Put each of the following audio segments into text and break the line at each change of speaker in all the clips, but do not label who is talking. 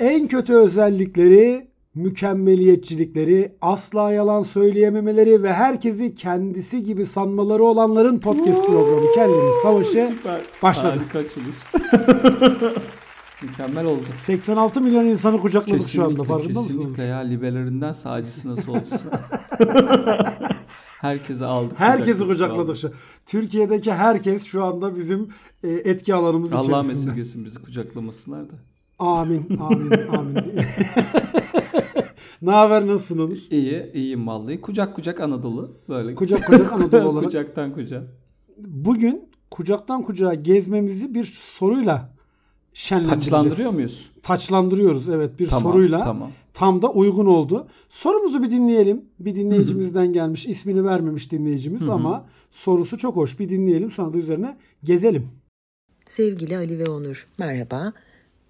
En kötü özellikleri mükemmeliyetçilikleri, asla yalan söyleyememeleri ve herkesi kendisi gibi sanmaları olanların podcast programı Kellerin Savaşı
Süper.
başladı.
Harika açılış. Mükemmel oldu.
86 milyon insanı kucakladık şu anda farkında mısınız?
kesinlikle ya liberalından sağcısına solcusuna. Herkese aldık.
Herkesi
aldık.
kucakladık şu. Türkiye'deki herkes şu anda bizim e, etki alanımız
Allah'ım
içerisinde.
esirgesin bizi kucaklamasınlar da.
Amin, amin, amin. ne haber nasılsınız?
İyi, iyiyim vallahi. Kucak kucak Anadolu böyle.
Kucak kucak Anadolu olarak.
Kucaktan kucağa.
Bugün kucaktan kucağa gezmemizi bir soruyla şenlendireceğiz.
Taçlandırıyor muyuz?
Taçlandırıyoruz evet bir soruyla.
Tamam.
Tam da uygun oldu. Sorumuzu bir dinleyelim. Bir dinleyicimizden gelmiş. ismini vermemiş dinleyicimiz
Hı hı.
ama sorusu çok hoş. Bir dinleyelim sonra da üzerine gezelim.
Sevgili Ali ve Onur, merhaba.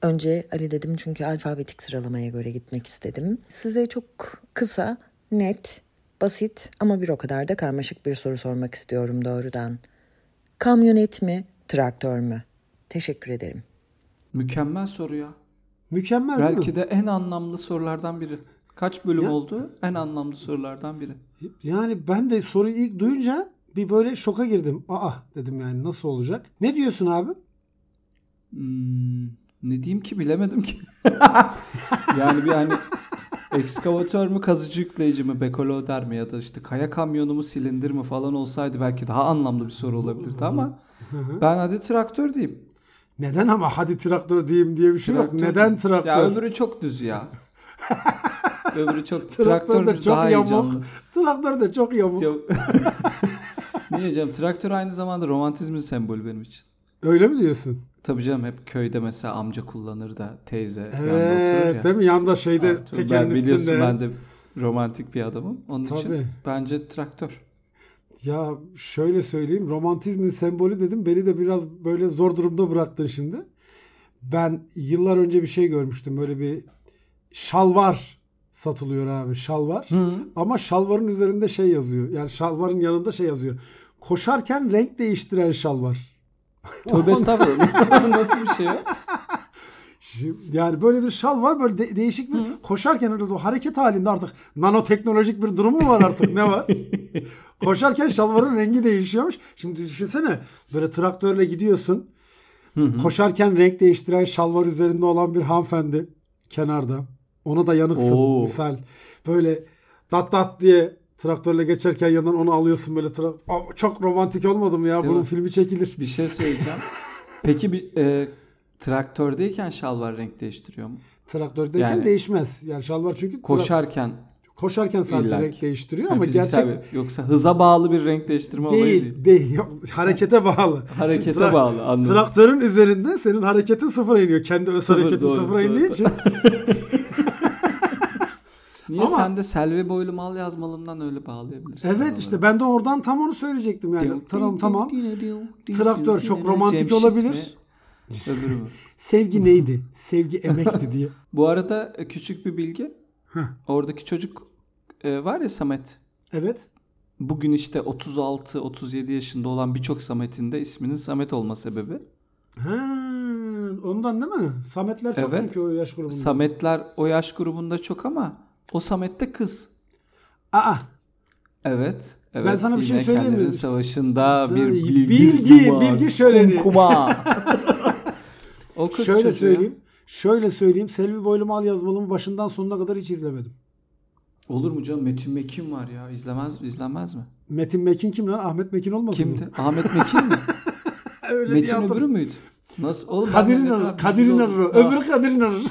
Önce Ali dedim çünkü alfabetik sıralamaya göre gitmek istedim. Size çok kısa, net, basit ama bir o kadar da karmaşık bir soru sormak istiyorum doğrudan. Kamyonet mi, traktör mü? Teşekkür ederim.
Mükemmel soru ya.
Mükemmel değil mi?
Belki de en anlamlı sorulardan biri. Kaç bölüm
Ya.
oldu? En anlamlı sorulardan biri.
Yani ben de soruyu ilk duyunca bir böyle şoka girdim. Aa dedim yani nasıl olacak? Ne diyorsun abi?
Hmm, ne diyeyim ki bilemedim ki. yani bir hani ekskavatör mü kazıcı yükleyici mi bekoloder mi ya da işte kaya kamyonu mu silindir mi falan olsaydı belki daha anlamlı bir soru olabilirdi ama
Hı hı.
ben hadi traktör diyeyim.
Neden ama hadi traktör diyeyim diye bir şey yok.
Traktör
Neden
diyeyim.
traktör?
Ya öbürü çok düz ya. öbürü çok
Traktör
traktör,
de
düz,
çok
daha
yamuk.
heyecanlı.
Traktör de çok yamuk.
Yok. Niye canım? Traktör aynı zamanda romantizmin sembolü benim için.
Öyle mi diyorsun?
Tabii canım hep köyde mesela amca kullanır da teyze yanında oturur
Evet,
ya.
Ee, değil mi? Yanda şeyde
Abi, tabii
tekerin
ben biliyorsun
üstünde.
ben de romantik bir adamım. Onun
Tabii.
için bence traktör.
Ya şöyle söyleyeyim romantizmin sembolü dedim beni de biraz böyle zor durumda bıraktın şimdi. Ben yıllar önce bir şey görmüştüm böyle bir şalvar satılıyor abi şalvar. Ama şalvarın üzerinde şey yazıyor yani şalvarın yanında şey yazıyor. Koşarken renk değiştiren şalvar.
Tövbe estağfurullah. Nasıl bir şey o?
Şimdi- Yani böyle bir şal var böyle de- değişik bir
Hı.
koşarken öyle o hareket halinde artık nanoteknolojik bir durumu var artık ne var? Koşarken şalvarın rengi değişiyormuş. Şimdi düşünsene böyle traktörle gidiyorsun.
Hı hı.
Koşarken renk değiştiren şalvar üzerinde olan bir hanımefendi kenarda. Ona da yanıksın
Oo.
misal. Böyle dat dat diye traktörle geçerken yanından onu alıyorsun böyle. Tra- Aa, Çok romantik olmadı mı ya?
Değil
Bunun
mi?
filmi çekilir.
Bir şey söyleyeceğim. Peki bir e, traktördeyken şalvar renk değiştiriyor mu?
Traktördeyken
Yani-
değişmez. Yani şalvar çünkü tra-
Koşarken
koşarken sadece
İlla ki.
renk değiştiriyor
yani
ama
fiziksel
gerçek
bir- yoksa hıza bağlı bir renk değiştirme olayı
değil,
değil.
değil. Yok, harekete bağlı.
Harekete
Şimdi tra-
bağlı anladım.
Traktörün üzerinde senin hareketin sıfıra iniyor. Kendi öz
Sıfır,
hareketin
doğru,
sıfıra
doğru.
indiği için.
Niye
Ama-
sen de Selvi boylu mal yazmalımdan öyle bağlayabilirsin?
evet işte ben de oradan tam onu söyleyecektim yani. Tamam tamam. Traktör çok romantik olabilir.
Mi? Öbürü mü?
Sevgi neydi? Sevgi emekti diye.
Bu arada e, küçük bir bilgi.
Heh.
Oradaki çocuk e, var ya Samet.
Evet.
Bugün işte 36-37 yaşında olan birçok Samet'in de isminin Samet olma sebebi.
Ha, ondan değil mi? Sametler çok
Evet.
çünkü o yaş grubunda.
Sametler o yaş grubunda çok ama o Samet de kız.
Aa,
Evet. Evet.
sana bir şey
yine
söyleyeyim mi?
Kendilerin savaşında bir
Bilgi,
bilgi,
bilgi şöleni.
Kuma. o kız
şöyle
çocuğu ya.
söyleyeyim. Şöyle söyleyeyim. Selvi Boylu Mal Yazmalımı başından sonuna kadar hiç izlemedim.
Olur mu canım? Metin Mekin var ya. İzlemez izlenmez mi?
Metin Mekin kim lan? Ahmet Mekin olmasın mı?
Kimdi? Ahmet Mekin mi?
Öyle diye
Metin
hatırlıyorum.
öbürü müydü? Nasıl? Oğlum ben
Kadir
de ne
İnanır.
kadar
Kadir
bilgili
İnanır. o.
oldum. Ha.
Öbürü Kadir İnanır.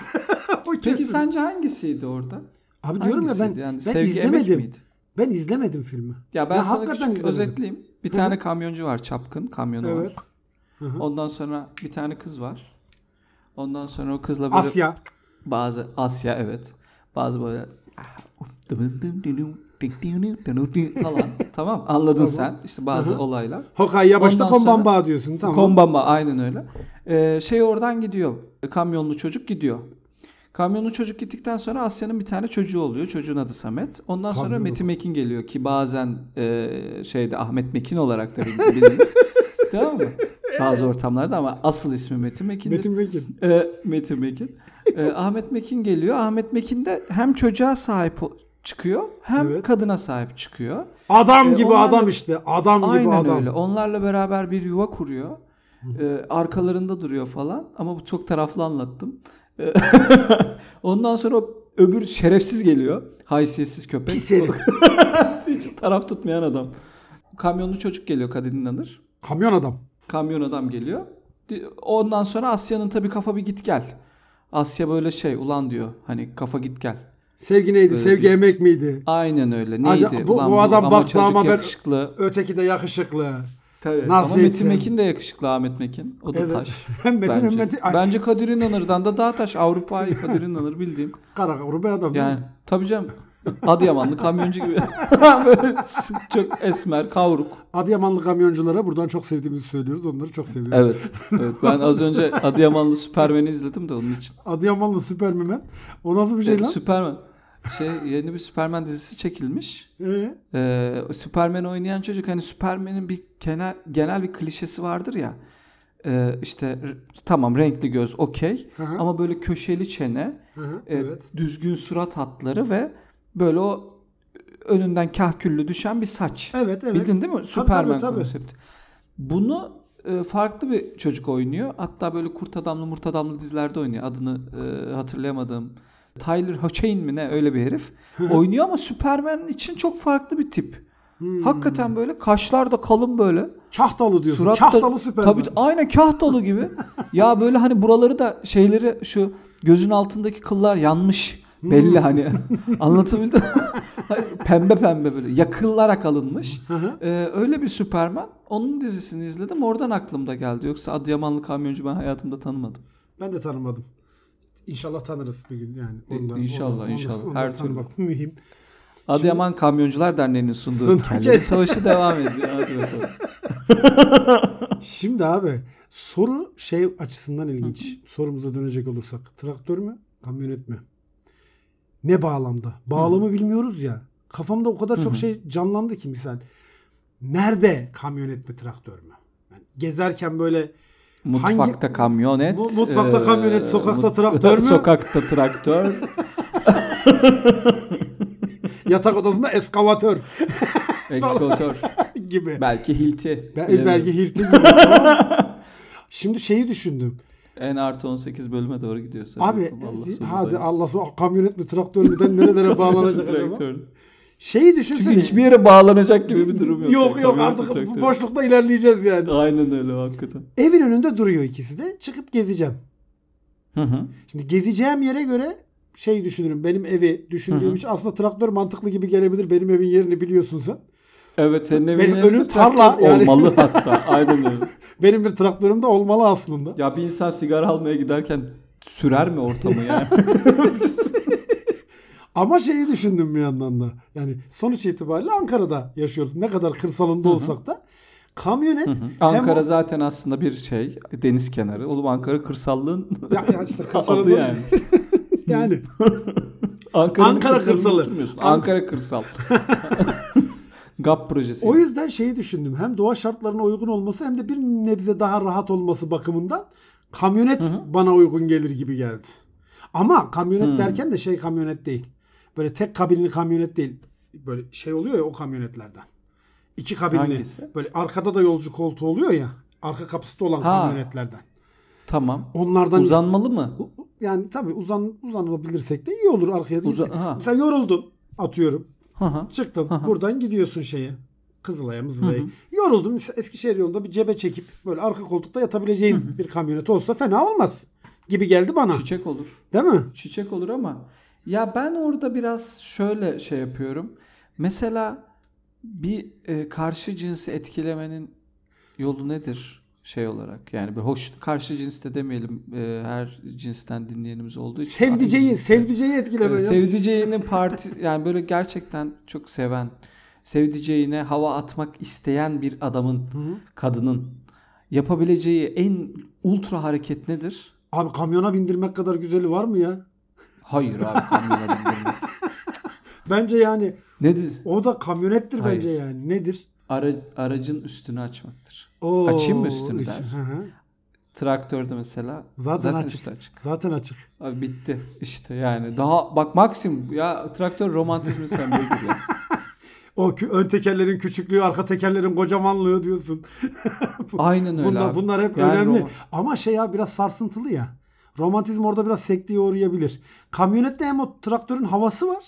O
Peki
kesin.
sence hangisiydi orada?
Abi diyorum ya ben
Hangisiydi? Yani
ben
Sevgi Emek
izlemedim.
miydi?
Ben izlemedim filmi.
Ya ben
Ya
sana
hakikaten
küçük
izlemedim.
özetleyeyim. Bir
Hı hı.
tane kamyoncu var. Çapkın kamyonu
Evet.
var.
Hı hı.
Ondan sonra bir tane kız var. Ondan sonra o kızla böyle
Asya.
bazı Asya evet. Bazı böyle "Ah, um, falan. tamam anladın
Tamam.
sen. İşte bazı
Hı hı.
olaylar.
Hokkaido'ya başta
Ondan sonra-
Konbanba diyorsun tamam.
Kombamba aynen öyle. Ee, şey oradan gidiyor. Kamyonlu çocuk gidiyor. Kamyonlu çocuk gittikten sonra Asya'nın bir tane çocuğu oluyor. Çocuğun adı Samet. Ondan sonra
Kamyonlu.
Metin Mekin geliyor ki bazen e, şeyde Ahmet Mekin olarak da bil- bilinir. Tamam mı? Bazı ortamlarda ama asıl ismi Metin Mekin'dir.
Metin Bekin.
E, Metin Mekin. E, Ahmet Mekin geliyor. Ahmet Mekin de hem çocuğa sahip o- çıkıyor hem
Evet.
kadına sahip çıkıyor.
Adam
E,
gibi
onlar da-
adam işte. Adam gibi
Aynen
adam.
öyle. Onlarla beraber bir yuva kuruyor. E, arkalarında duruyor falan. Ama bu çok taraflı anlattım. E, Ondan sonra o öbür şerefsiz geliyor. Haysiyetsiz köpek.
Pis herif.
Hiç taraf tutmayan adam. Kamyonlu çocuk geliyor Kadir İnanır.
Kamyon adam.
Kamyon adam geliyor. Di- Ondan sonra Asya'nın tabii kafa bir git gel. Asya böyle şey ulan diyor hani kafa git gel.
Sevgi neydi?
Böyle
sevgi
bir-
emek miydi?
Aynen öyle. Neydi?
Acaba- bu-
ulan
bu adam
ama
baktı
çocuk
ama ben-
yakışıklı.
Öteki de yakışıklı.
Tabii.
Nasıl
ama Metin
etsem?
Mekin de yakışıklı Ahmet Mekin. O da
Evet.
taş.
Hem Metin
bence.
hem Metin. Ay,
Bence Kadir İnanır'dan da daha taş. Avrupa'yı Kadir İnanır bildiğin.
Kara kuru bir adam. değil mi?
Yani tabii canım. Adıyamanlı kamyoncu gibi. Böyle çok esmer, kavruk.
Adıyamanlı kamyonculara buradan çok sevdiğimizi söylüyoruz. Onları çok seviyoruz.
Evet. evet. Ben az önce Adıyamanlı Süpermen'i izledim de onun için.
Adıyamanlı Süpermen. O nasıl bir şey
Ee,
lan?
Superman. Şey yeni bir Superman dizisi çekilmiş.
Ee,
Ee, Superman oynayan çocuk hani Superman'in bir genel, genel bir klişesi vardır ya. Ee, işte r- tamam renkli göz okey
Hı hı.
ama böyle köşeli çene,
hı hı,
e,
evet.
düzgün surat hatları ve böyle o önünden kahküllü düşen bir saç.
Evet evet.
Bildin değil mi? Superman
tabii, tabii.
konsepti. Bunu e, farklı bir çocuk oynuyor. Hatta böyle kurt adamlı murt adamlı dizilerde oynuyor. Adını e, hatırlayamadığım. Tyler Hoechlin mi ne öyle bir herif. oynuyor ama Superman için çok farklı bir tip.
Hmm.
Hakikaten böyle kaşlar da kalın böyle.
Kahtalı diyorsun.
Surat da-
Kahtalı Süpermen.
Tabii aynen kahtalı gibi. ya böyle hani buraları da şeyleri şu gözün altındaki kıllar yanmış. Belli hani.
Hmm.
Anlatabildim. mi? pembe pembe böyle yakıllarak alınmış.
Hı hı.
Ee, öyle bir Superman. Onun dizisini izledim. Oradan aklımda geldi. Yoksa Adıyamanlı kamyoncu ben hayatımda tanımadım.
Ben de tanımadım. İnşallah tanırız bir gün yani.
İ- inşallah, inşallah. Her
Her türlü. Bak mühim.
Adıyaman Kamyoncular Derneği'nin sunduğu
Sunduğu
Kelle
şey.
Savaşı devam ediyor. Hadi bakalım.
Şimdi abi soru şey açısından ilginç. Sorumuza dönecek olursak. Traktör mü? Kamyonet mi? Ne bağlamda? Bağlamı bilmiyoruz ya. Kafamda o kadar
Hı
çok
hı.
şey canlandı ki misal. Nerede kamyonet mi traktör mü? Yani gezerken böyle
Mutfakta kamyonet. e,
Mu- mutfakta kamyonet, sokakta traktör mü?
Sokakta traktör.
yatak odasında eskavatör
Ekskovatör.
gibi.
belki Hilti.
Ben,
Bilemiyorum.
belki Hilti gibi. tamam. Şimdi şeyi düşündüm.
En artı 18 bölüme doğru gidiyoruz.
Abi
bakalım. Allah
zi-
sonumuzu
hadi
hayırlısı.
Allah so- kamyonet mi traktör mü den nerelere bağlanacak acaba?
Traktör.
Şeyi
Çünkü
düşünsene.
hiçbir yere bağlanacak gibi bir durum yok.
Yok yok
Kamyonet,
artık bu
traktör.
boşlukta ilerleyeceğiz yani.
Aynen öyle hakikaten.
Evin önünde duruyor ikisi de. Çıkıp gezeceğim.
Hı hı.
Şimdi gezeceğim yere göre şey düşünürüm. Benim evi düşündüğüm
Hı hı.
için aslında traktör mantıklı gibi gelebilir. Benim evin yerini biliyorsun sen.
Evet senin evin
Benim
yanında
önüm
traktör
tarla yani.
olmalı hatta. Aynen öyle.
Benim bir traktörüm de olmalı aslında.
Ya bir insan sigara almaya giderken sürer mi ortamı yani?
Ama şeyi düşündüm bir yandan da. Yani sonuç itibariyle Ankara'da yaşıyoruz. Ne kadar kırsalında
Hı hı.
olsak da kamyonet
Hı hı.
hem
Ankara
o-
zaten aslında bir şey deniz kenarı. Oğlum Ankara kırsallığın
Ya- ya işte kırsalında-
adı yani.
yani
Ankara'nın
Ankara
kırsalında
kırsalı.
oturmuyorsun.
An-
Ankara kırsal. GAP projesi.
o yüzden şeyi düşündüm. Hem doğa şartlarına uygun olması hem de bir nebze daha rahat olması bakımından kamyonet
Hı hı.
bana uygun gelir gibi geldi. Ama kamyonet
Hmm.
derken de şey kamyonet değil. Böyle tek kabinli kamyonet değil. Böyle şey oluyor ya o kamyonetlerden. İki kabinli.
Hangisi?
Böyle arkada da yolcu koltuğu oluyor ya. Arka kapısı da olan
Ha.
kamyonetlerden.
Tamam.
Onlardan
Uzanmalı mı?
U- u- Yani tabii uzan uzanabilirsek de iyi olur arkaya. değil de.
Uza- ha.
Mesela yoruldun atıyorum.
Hı hı.
Çıktın.
Hı hı.
Buradan gidiyorsun şeye. Kızılay'a Mızılay'a.
Hı hı.
Yoruldun. Mesela Eskişehir yolunda bir cebe çekip böyle arka koltukta yatabileceğin bir kamyonet olsa fena olmaz. Gibi geldi bana.
Çiçek olur.
Değil mi?
çiçek olur ama ya ben orada biraz şöyle şey yapıyorum. Mesela bir e, karşı cinsi etkilemenin yolu nedir şey olarak? Yani bir hoş karşı cins de demeyelim. e, her cinsten dinleyenimiz olduğu için.
Sevdiceyi,
Aynı-
sevdiceyi etkileme.
e,
ya.
sevdiceğini parti yani böyle gerçekten çok seven, sevdiceğine hava atmak isteyen bir adamın,
Hı hı.
kadının yapabileceği en ultra hareket nedir?
Abi kamyona bindirmek kadar güzeli var mı ya?
Hayır abi kamyona bindirmek.
Bence yani
Nedir?
o da kamyonettir
Hayır.
bence yani. Nedir?
ara- aracın üstünü açmaktır.
Oo,
Açayım mı üstünü
iç-
der.
Hı hı.
Traktörde mesela
Zaten açık.
üstü açık.
Zaten açık.
Abi bitti işte yani. Daha bak Maxim ya traktör romantizmi sembolü gibi.
O kü- ön tekerlerin küçüklüğü, arka tekerlerin kocamanlığı diyorsun.
Aynen öyle
Bunlar,
abi.
bunlar hep
Yani
önemli.
roman-
Ama şey ya biraz sarsıntılı ya. Romantizm orada biraz sekteye uğrayabilir. Kamyonette hem o traktörün havası var.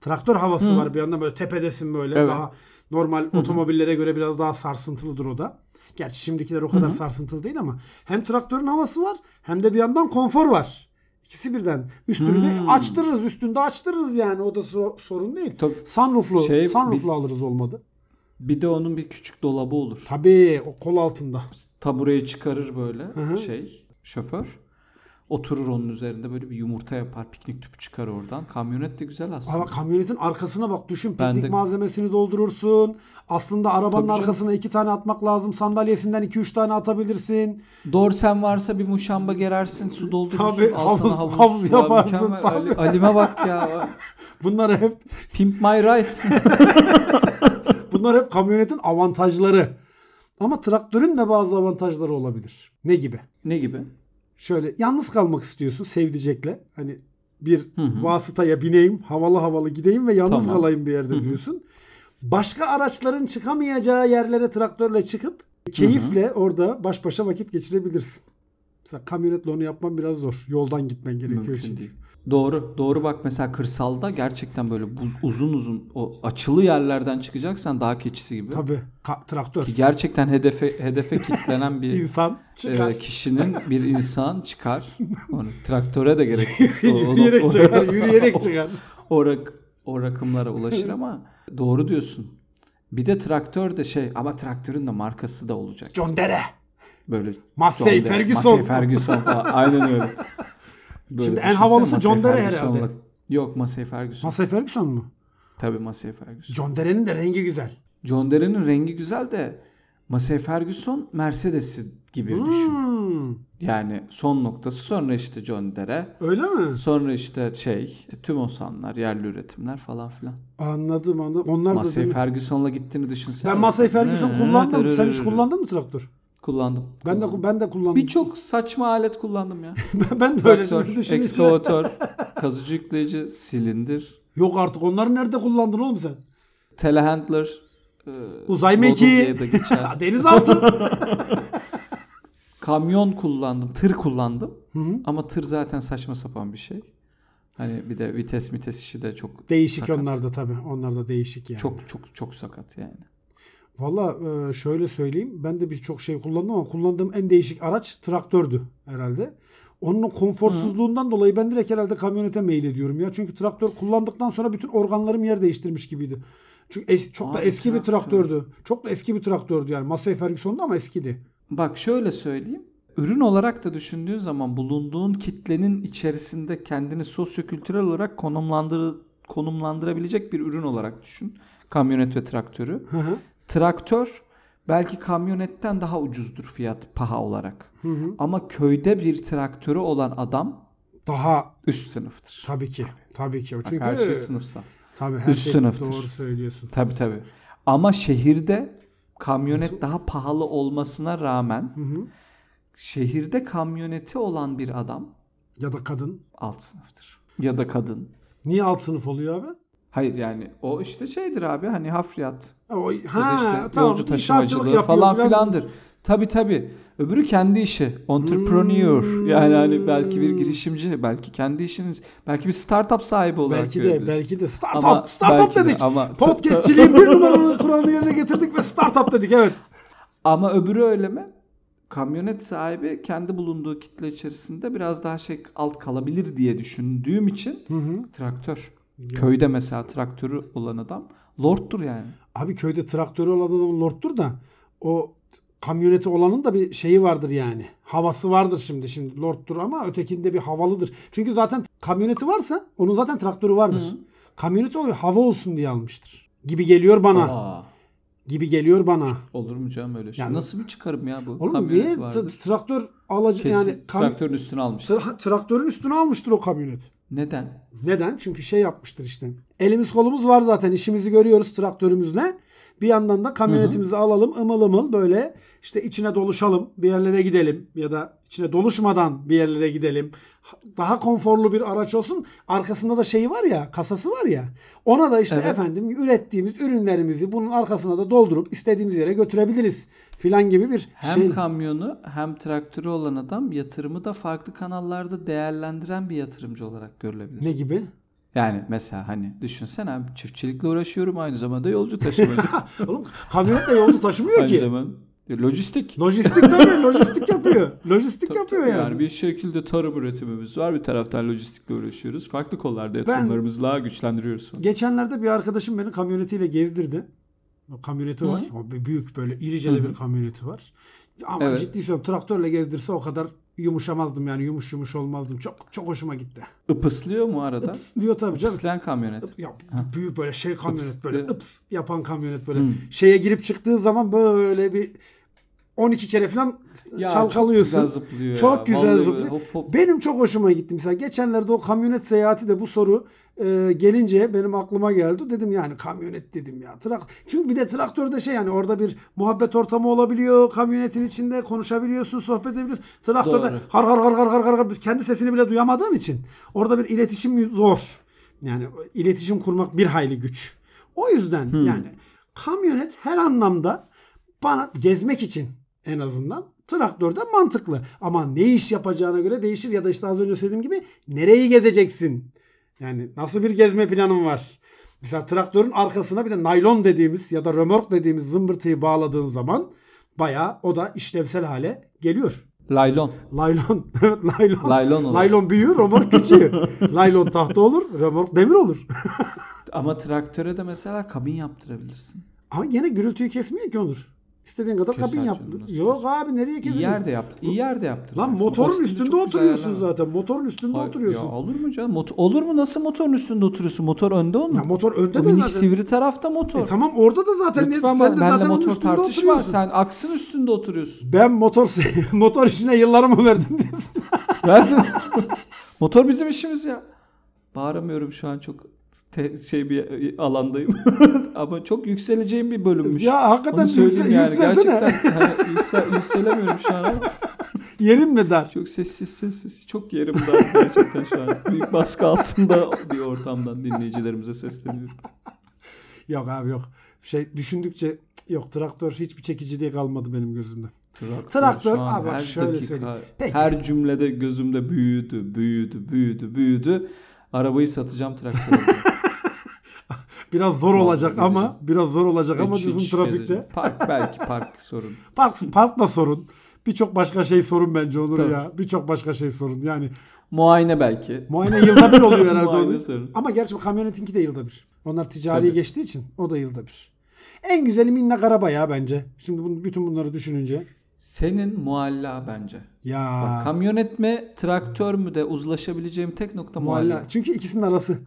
Traktör havası
Hı.
var bir yandan böyle tepedesin böyle.
Evet.
Daha normal otomobillere göre biraz daha sarsıntılıdır o da. Gerçi şimdikiler o kadar
hı.
sarsıntılı değil ama hem traktörün havası var hem de bir yandan konfor var. İkisi birden. Üstünü
Hmm.
de açtırırız. Üstünde açtırırız yani. O da so- sorun değil.
Tabii.
Sunrooflu,
Şey,
sunrooflu
bir-
alırız olmadı.
Bir de onun bir küçük dolabı olur.
Tabii o kol altında.
Tabureye çıkarır böyle
hı.
şey şoför. Oturur onun üzerinde böyle bir yumurta yapar. Piknik tüpü çıkar oradan. Kamyonet de güzel aslında.
Ama kamyonetin arkasına bak düşün piknik
Ben de-
malzemesini doldurursun. Aslında arabanın
Tabii canım.
arkasına iki tane atmak lazım. Sandalyesinden iki üç tane atabilirsin.
Dorsen varsa bir muşamba gerersin. Su doldurursun.
Tabii, havuz-
al sana havuz.
havuz
Ya
yaparsın,
mükemmel.
tabii.
Ali- Alime bak ya.
Bunlar hep
Pimp my right.
bunlar hep kamyonetin avantajları. Ama traktörün de bazı avantajları olabilir. Ne gibi?
ne gibi?
Şöyle yalnız kalmak istiyorsun sevdicekle. Hani bir
Hı hı.
vasıtaya bineyim, havalı havalı gideyim ve yalnız
Tamam.
kalayım bir yerde
Hı hı.
diyorsun. Başka araçların çıkamayacağı yerlere traktörle çıkıp keyifle orada baş başa vakit geçirebilirsin. Mesela kamyonetle onu yapman biraz zor. Yoldan gitmen gerekiyor
Mümkün
çünkü.
değil. Doğru. Doğru bak mesela kırsalda gerçekten böyle buz- uzun uzun o açılı yerlerden çıkacaksan dağ keçisi gibi.
Tabii ka- traktör.
Ki gerçekten hedefe hedefe kilitlenen bir
İnsan çıkar.
e, kişinin bir insan çıkar. Onu traktöre de gerek yok. O- o- o-
yürüyerek çıkar, yürüyerek çıkar.
O, rak- o rakımlara ulaşır ama doğru diyorsun. Bir de traktör de şey ama traktörün de markası da olacak.
John Dere.
Böyle
Massey
John Deere,
Ferguson.
Massey Ferguson falan. Aynen öyle. Böyle
Şimdi en
düşünsene
havalısı
Massey
John Deere
Ferguson'la-
herhalde.
Yok Massey Ferguson.
Massey Ferguson mu?
Tabii Massey Ferguson.
John Dere'nin de rengi güzel.
John Deere'nin rengi güzel de Massey Ferguson Mercedes'i gibi düşün.
Hmm,
Yani son noktası sonra işte John Deere.
öyle mi?
Sonra işte şey tüm osanlar, yerli üretimler falan filan.
Anladım anladım. Onlar da
Massey
değil mi?
Ferguson'la gittiğini düşünsene.
Ben Massey Ferguson
Hı,
kullandım. Sen hiç
dırırırır.
kullandın mı traktör?
Kullandım.
Ben de
kullandım.
ben de kullandım.
Birçok saçma alet kullandım ya.
Ben- ben de öyle şey
Traktör,
şimdi düşününce.
ekskavatör, kazıcı yükleyici, silindir,
Yok artık onları nerede kullandın oğlum sen?
telehandler, e,
Uzay
model
mekiği.
diye de geçen.
Denizaltı.
Kamyon kullandım, tır kullandım.
Hı hı.
Ama tır zaten saçma sapan bir şey. Hani bir de vites vites işi de çok
değişik
sakat.
onlar da tabii. Onlar da değişik yani.
Çok çok çok sakat yani.
Valla e, şöyle söyleyeyim. Ben de birçok şey kullandım ama kullandığım en değişik araç traktördü herhalde. Onun o konforsuzluğundan dolayı ben direkt herhalde kamyonete meyil ediyorum ya. Çünkü traktör kullandıktan sonra bütün organlarım yer değiştirmiş gibiydi. Çünkü es- çok da
Abi
eski bir
traktör.
traktördü. Çok da eski bir traktördü yani. Massey Ferguson'da ama eskidi.
Bak şöyle söyleyeyim. Ürün olarak da düşündüğün zaman bulunduğun kitlenin içerisinde kendini sosyokültürel olarak konumlandır konumlandırabilecek bir ürün olarak düşün. Kamyonet ve traktörü.
Hı hı.
Traktör belki kamyonetten daha ucuzdur fiyat paha olarak.
Hı hı.
Ama köyde bir traktörü olan adam
Daha
üst sınıftır.
Tabii ki. Tabii ki.
Bak
Çünkü
her şey sınıfsal.
tabii her
üst
şey
sınıftır.
doğru söylüyorsun.
Tabii tabii. Ama şehirde kamyonet daha pahalı olmasına rağmen
Hı hı.
şehirde kamyoneti olan bir adam
Ya da kadın.
alt sınıftır. Ya da kadın.
Niye alt sınıf oluyor abi?
Hayır yani o işte şeydir abi hani hafriyat
O,
ya da
ha
işte
tamam.
yolcu
inşaatçılık
taşımacılığı
yapıyor
falan
filan.
filandır. Tabi tabi. Öbürü kendi işi. Entrepreneur.
Hmm.
Yani hani belki bir girişimci, belki kendi işiniz, belki bir startup sahibi olarak
Belki de
görülüyorsun.
belki de startup
Ama
startup
belki de,
dedik.
ama-
Podcastçiliğin bir numaralı kuralını yerine getirdik ve startup dedik evet.
Ama öbürü öyle mi? Kamyonet sahibi kendi bulunduğu kitle içerisinde biraz daha şey alt kalabilir diye düşündüğüm için
Hı hı.
traktör. Köyde mesela traktörü olan adam lordtur yani.
Abi köyde traktörü olan adamın lordtur da o kamyoneti olanın da bir şeyi vardır yani. Havası vardır şimdi. Şimdi lordtur ama ötekinde bir havalıdır. Çünkü zaten kamyoneti varsa onun zaten traktörü vardır.
Hı.
Kamyoneti o hava olsun diye almıştır. Gibi geliyor bana.
Aa,
Gibi geliyor bana.
olur mu canım öyle şey?
Yani-
Nasıl bir çıkarım ya bu?
Oğlum
Kamyonet
niye
vardır.
tra- traktör alacak
Kesin
yani kam-
traktörün üstüne almış.
tra- traktörün üstüne almıştır o kamyonet.
Neden?
Neden? Çünkü şey yapmıştır işte. Elimiz kolumuz var zaten. işimizi görüyoruz traktörümüzle. Bir yandan da kamyonetimizi alalım ımıl ımıl böyle işte içine doluşalım bir yerlere gidelim ya da içine doluşmadan bir yerlere gidelim. Daha konforlu bir araç olsun. Arkasında da şeyi var ya kasası var ya. Ona da işte
Evet.
efendim ürettiğimiz ürünlerimizi bunun arkasına da doldurup istediğimiz yere götürebiliriz filan gibi bir
Hem
şey.
kamyonu hem traktörü olan adam yatırımı da farklı kanallarda değerlendiren bir yatırımcı olarak görülebilir.
Ne gibi?
Yani mesela hani düşünsene abi çiftçilikle uğraşıyorum aynı zamanda yolcu taşımacı.
Oğlum kamyonetle yolcu taşımıyor
aynı
ki.
zaman Ya lojistik.
Lojistik tabii lojistik yapıyor. Lojistik
Tabii,
yapıyor
tabii
yani.
bir şekilde tarım üretimimiz var. Bir taraftan lojistikle uğraşıyoruz. Farklı kollarda
Ben-
yatırımlarımızı daha güçlendiriyoruz. Falan.
Geçenlerde bir arkadaşım beni kamyonetiyle gezdirdi. O Kamyoneti
Hı.
var. O bir büyük böyle iricele
Hı hı.
bir kamyoneti var. Ama
Evet.
ciddi söylüyorum traktörle gezdirse o kadar yumuşamazdım yani yumuş yumuş olmazdım. Çok çok hoşuma gitti.
Ipaslıyor mu arada?
Ips diyor tabii canım.
Islan kamyonet.
Ip- ya
Ha.
büyük böyle şey kamyonet böyle
diyor.
ıps yapan kamyonet böyle
Hı.
şeye girip çıktığı zaman böyle bir 12 kere falan
Ya
çalkalıyorsun.
Çok güzel zıplıyor
Çok
ya.
güzel
Vallahi böyle
zıplıyor.
Hop hop.
Benim çok hoşuma gitti. Mesela geçenlerde o kamyonet seyahati de bu soru e, gelince benim aklıma geldi. Dedim yani kamyonet dedim ya. Trak Çünkü bir de traktörde şey yani orada bir muhabbet ortamı olabiliyor. Kamyonetin içinde konuşabiliyorsun, sohbet edebiliyorsun. Traktörde
Doğru.
har har har har har har har biz kendi sesini bile duyamadığın için orada bir iletişim zor. Yani iletişim kurmak bir hayli güç. O yüzden
Hmm.
yani kamyonet her anlamda bana gezmek için en azından traktörde mantıklı. Ama ne iş yapacağına göre değişir ya da işte az önce söylediğim gibi nereyi gezeceksin? Yani nasıl bir gezme planın var? Mesela traktörün arkasına bir de naylon dediğimiz ya da römork dediğimiz zımbırtıyı bağladığın zaman bayağı o da işlevsel hale geliyor.
Laylon.
Laylon, evet laylon.
Laylon olur.
Laylon büyüyor, römork küçüyor. laylon tahta olur, römork demir olur.
Ama traktöre de mesela kabin yaptırabilirsin.
Ama yine gürültüyü kesmiyor ki Onur. İstediğin kadar
Keser
kabin yap.
canım, nasıl
Yok abi nereye
İyi
keseceksin?
yerde yap. İyi yerde yaptıracaksın.
Lan motorun
Ofisini
üstünde
çok güzel
oturuyorsun
ayarlama.
zaten. Motorun üstünde
Hayır,
oturuyorsun.
Ya olur mu canım? Mot- olur mu? Nasıl motorun üstünde oturuyorsun? Motor önde onun.
Ya motor önde
O
de
minik
zaten.
sivri tarafta motor.
E tamam orada da zaten
Lütfen
sen
ben-
de
benle
zaten onun
motor
üstünde
tartışma.
oturuyorsun.
Sen aksın üstünde oturuyorsun.
Ben motor motor işine yıllarımı verdim diyorsun.
Verdim. motor bizim işimiz ya. Bağıramıyorum şu an çok te- şey bir alandayım. Ama çok yükseleceğim bir bölümmüş.
ya hakikaten
Onu söyleyeyim
yüksel,
yani.
yükselsene.
Gerçekten hani yüksel- yükselemiyorum şu an ama
Yerin mi dar?
çok sessiz sessiz. Çok yerim dar gerçekten şu an. Büyük baskı altında bir ortamdan dinleyicilerimize sesleniyorum.
Yok abi yok. Şey düşündükçe cık, yok traktör hiçbir çekiciliği kalmadı benim gözümde.
Traktör,
Traktör,
şu an
abi bak
her
şöyle
dakika,
söyleyeyim. Peki.
Her cümlede gözümde büyüdü, büyüdü, büyüdü, büyüdü. Arabayı satacağım traktöre.
Biraz zor
Vallahi
olacak
gezeceğim.
ama biraz zor olacak ama
Üç, üç
diyorsun trafikte.
gezeceğim. Park belki park sorun.
Park, park da sorun. Birçok başka şey sorun bence Onur
Tabii.
ya. Birçok başka şey sorun. Yani
Muayene belki.
muayene yılda bir oluyor herhalde
Muayene
onun.
sorun.
Ama gerçi bu kamyonetinki de yılda bir. Onlar ticari
Tabii.
geçtiği için o da yılda bir. En güzeli minnak araba ya bence. Şimdi bunu, bütün bunları düşününce.
Senin mualla bence.
Ya
Bak, kamyonet mi, traktör mü de uzlaşabileceğim tek nokta mualla.
mualla. Çünkü ikisinin arası.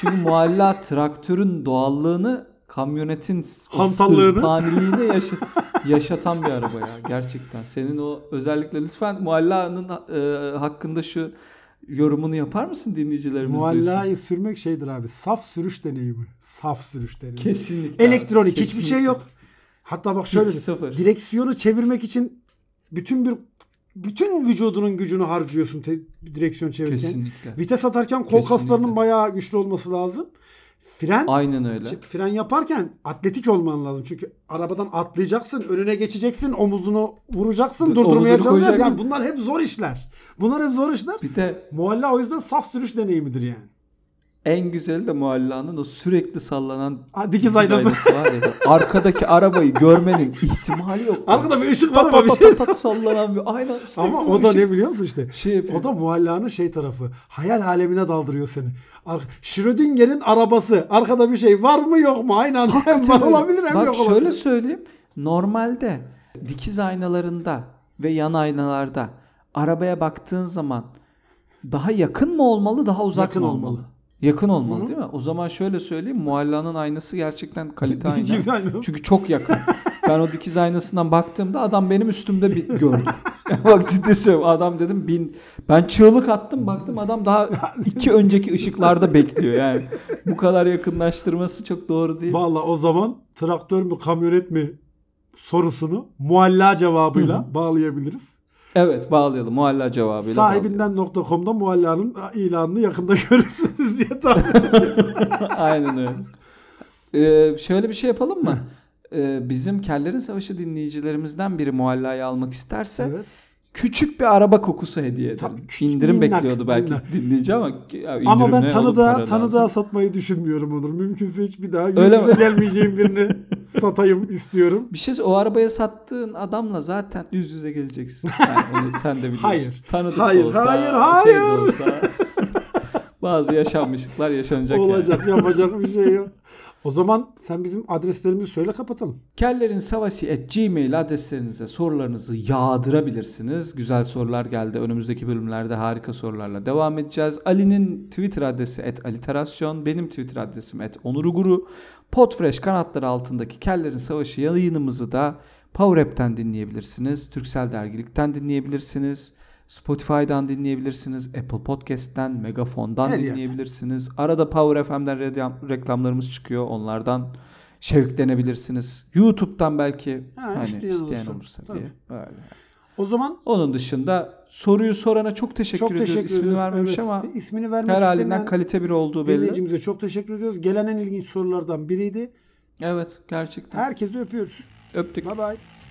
Çünkü mualla traktörün doğallığını kamyonetin
Hantallığını.
haniliğini yaşa- yaşatan bir araba ya gerçekten. Senin o özellikle lütfen muallanın e, hakkında şu yorumunu yapar mısın dinleyicilerimiz duysun.
Muallayı sürmek şeydir abi. Saf sürüş deneyimi. Saf sürüş deneyimi.
Kesinlikle.
Elektronik
abi,
hiçbir şey
kesinlikle.
yok. Hatta bak şöyle
Hiç sıfır.
direksiyonu çevirmek için bütün bir bütün vücudunun gücünü harcıyorsun te- direksiyon çevirirken.
Kesinlikle.
Vites atarken kol
Kesinlikle.
kaslarının bayağı güçlü olması lazım. Fren
Aynen öyle.
Şey, fren yaparken atletik olman lazım. Çünkü arabadan atlayacaksın, önüne geçeceksin, omuzunu vuracaksın,
Dur-
durdurmaya
omuzunu
çalışacaksın. Yani
koyacaksın.
bunlar hep zor işler. Bunlar hep zor işler.
Bir de
Mualla o yüzden saf sürüş deneyimidir yani.
en güzeli de muallanın o sürekli sallanan
Ha, dikiz
dikiz
aynası.
aynası var ya. Arkadaki arabayı görmenin ihtimali yok.
Arkada bir ışık var
pat
ama bir
pat pat
şey.
pat pat sallanan bir aynen. sürekli
Ama
bir
o da
ışık-
ne biliyor musun işte?
şey yapıyor.
O da muallanın şey tarafı. Hayal alemine daldırıyor seni. Ar- Schrödinger'in arabası. Arkada bir şey var mı yok mu? Aynen hem var
Tabii.
olabilir hem
Bak
yok
şöyle
olabilir.
söyleyeyim. Normalde dikiz aynalarında ve yan aynalarda arabaya baktığın zaman daha yakın mı olmalı daha uzak
Yakın
mı olmalı?
olmalı.
Yakın olmalı
Hı hı.
değil mi? O zaman şöyle söyleyeyim. Muallanın aynası gerçekten kalite ayna.
Dikiz aynası.
Çünkü çok yakın. Ben o dikiz aynasından baktığımda adam benim üstümde bir gördüm. Bak ciddi söylüyorum. Adam dedim bin. Ben çığlık attım baktım adam daha iki önceki ışıklarda bekliyor yani. Bu kadar yakınlaştırması çok doğru değil.
Valla o zaman traktör mü kamyonet mi sorusunu mualla cevabıyla bağlayabiliriz.
Evet bağlayalım. Muhalla cevabıyla bağlayalım.
Sahibinden.com'da muallanın ilanını yakında görürsünüz diye tahmin ediyorum.
Aynen öyle. Ee, şöyle bir şey yapalım mı? Ee, bizim Kellerin Savaşı dinleyicilerimizden biri muhallayı almak isterse
Evet.
küçük bir araba kokusu hediye edelim.
Tabii, küçük,
indirim
minnak,
bekliyordu belki
minnak.
dinleyici ama ya,
Ama ben
indirimle alıp para
tanıdığa,
lazım.
tanıdığa satmayı düşünmüyorum Onur. Mümkünse hiç bir daha yüz
Öyle
yüze
mi?
gelmeyeceğim birini satayım istiyorum.
bir şey o arabaya sattığın adamla zaten yüz yüze geleceksin. Yani onu sen de biliyorsun.
Hayır.
Tanıdık da
Hayır,
olsa,
hayır,
şey de
hayır.
olsa, bazı yaşanmışlıklar yaşanacak yani.
Olacak yapacak bir şey yok. O zaman sen bizim adreslerimizi söyle kapatalım.
Kellerin Savaşı gmail adreslerinize sorularınızı yağdırabilirsiniz. Güzel sorular geldi. Önümüzdeki bölümlerde harika sorularla devam edeceğiz. Ali'nin Twitter adresi et aliterasyon. Benim Twitter adresim et onuruguru. Podfresh kanatları altındaki Kellerin Savaşı yayınımızı da Power App'ten dinleyebilirsiniz. Türksel Dergilik'ten dinleyebilirsiniz. Spotify'dan dinleyebilirsiniz. Apple Podcast'ten, Megafon'dan
Her yerden.
dinleyebilirsiniz. Arada Power FM'den reklam- reklamlarımız çıkıyor. Onlardan şevklenebilirsiniz. YouTube'dan belki
Ha,
hani
isteyen
isteyen,
olursa.
olursa
Tabii.
diye. Öyle.
O zaman
Onun dışında soruyu sorana çok teşekkür
çok
ediyoruz.
teşekkür
İsmini
ediyoruz.
vermemiş
Evet,
ama
ismini vermek
her halinden
istemeyen
kalite biri olduğu belli.
dinleyicimize çok teşekkür ediyoruz. Gelen en ilginç sorulardan biriydi.
Evet gerçekten.
Herkesi öpüyoruz.
Öptük.
Bye bye.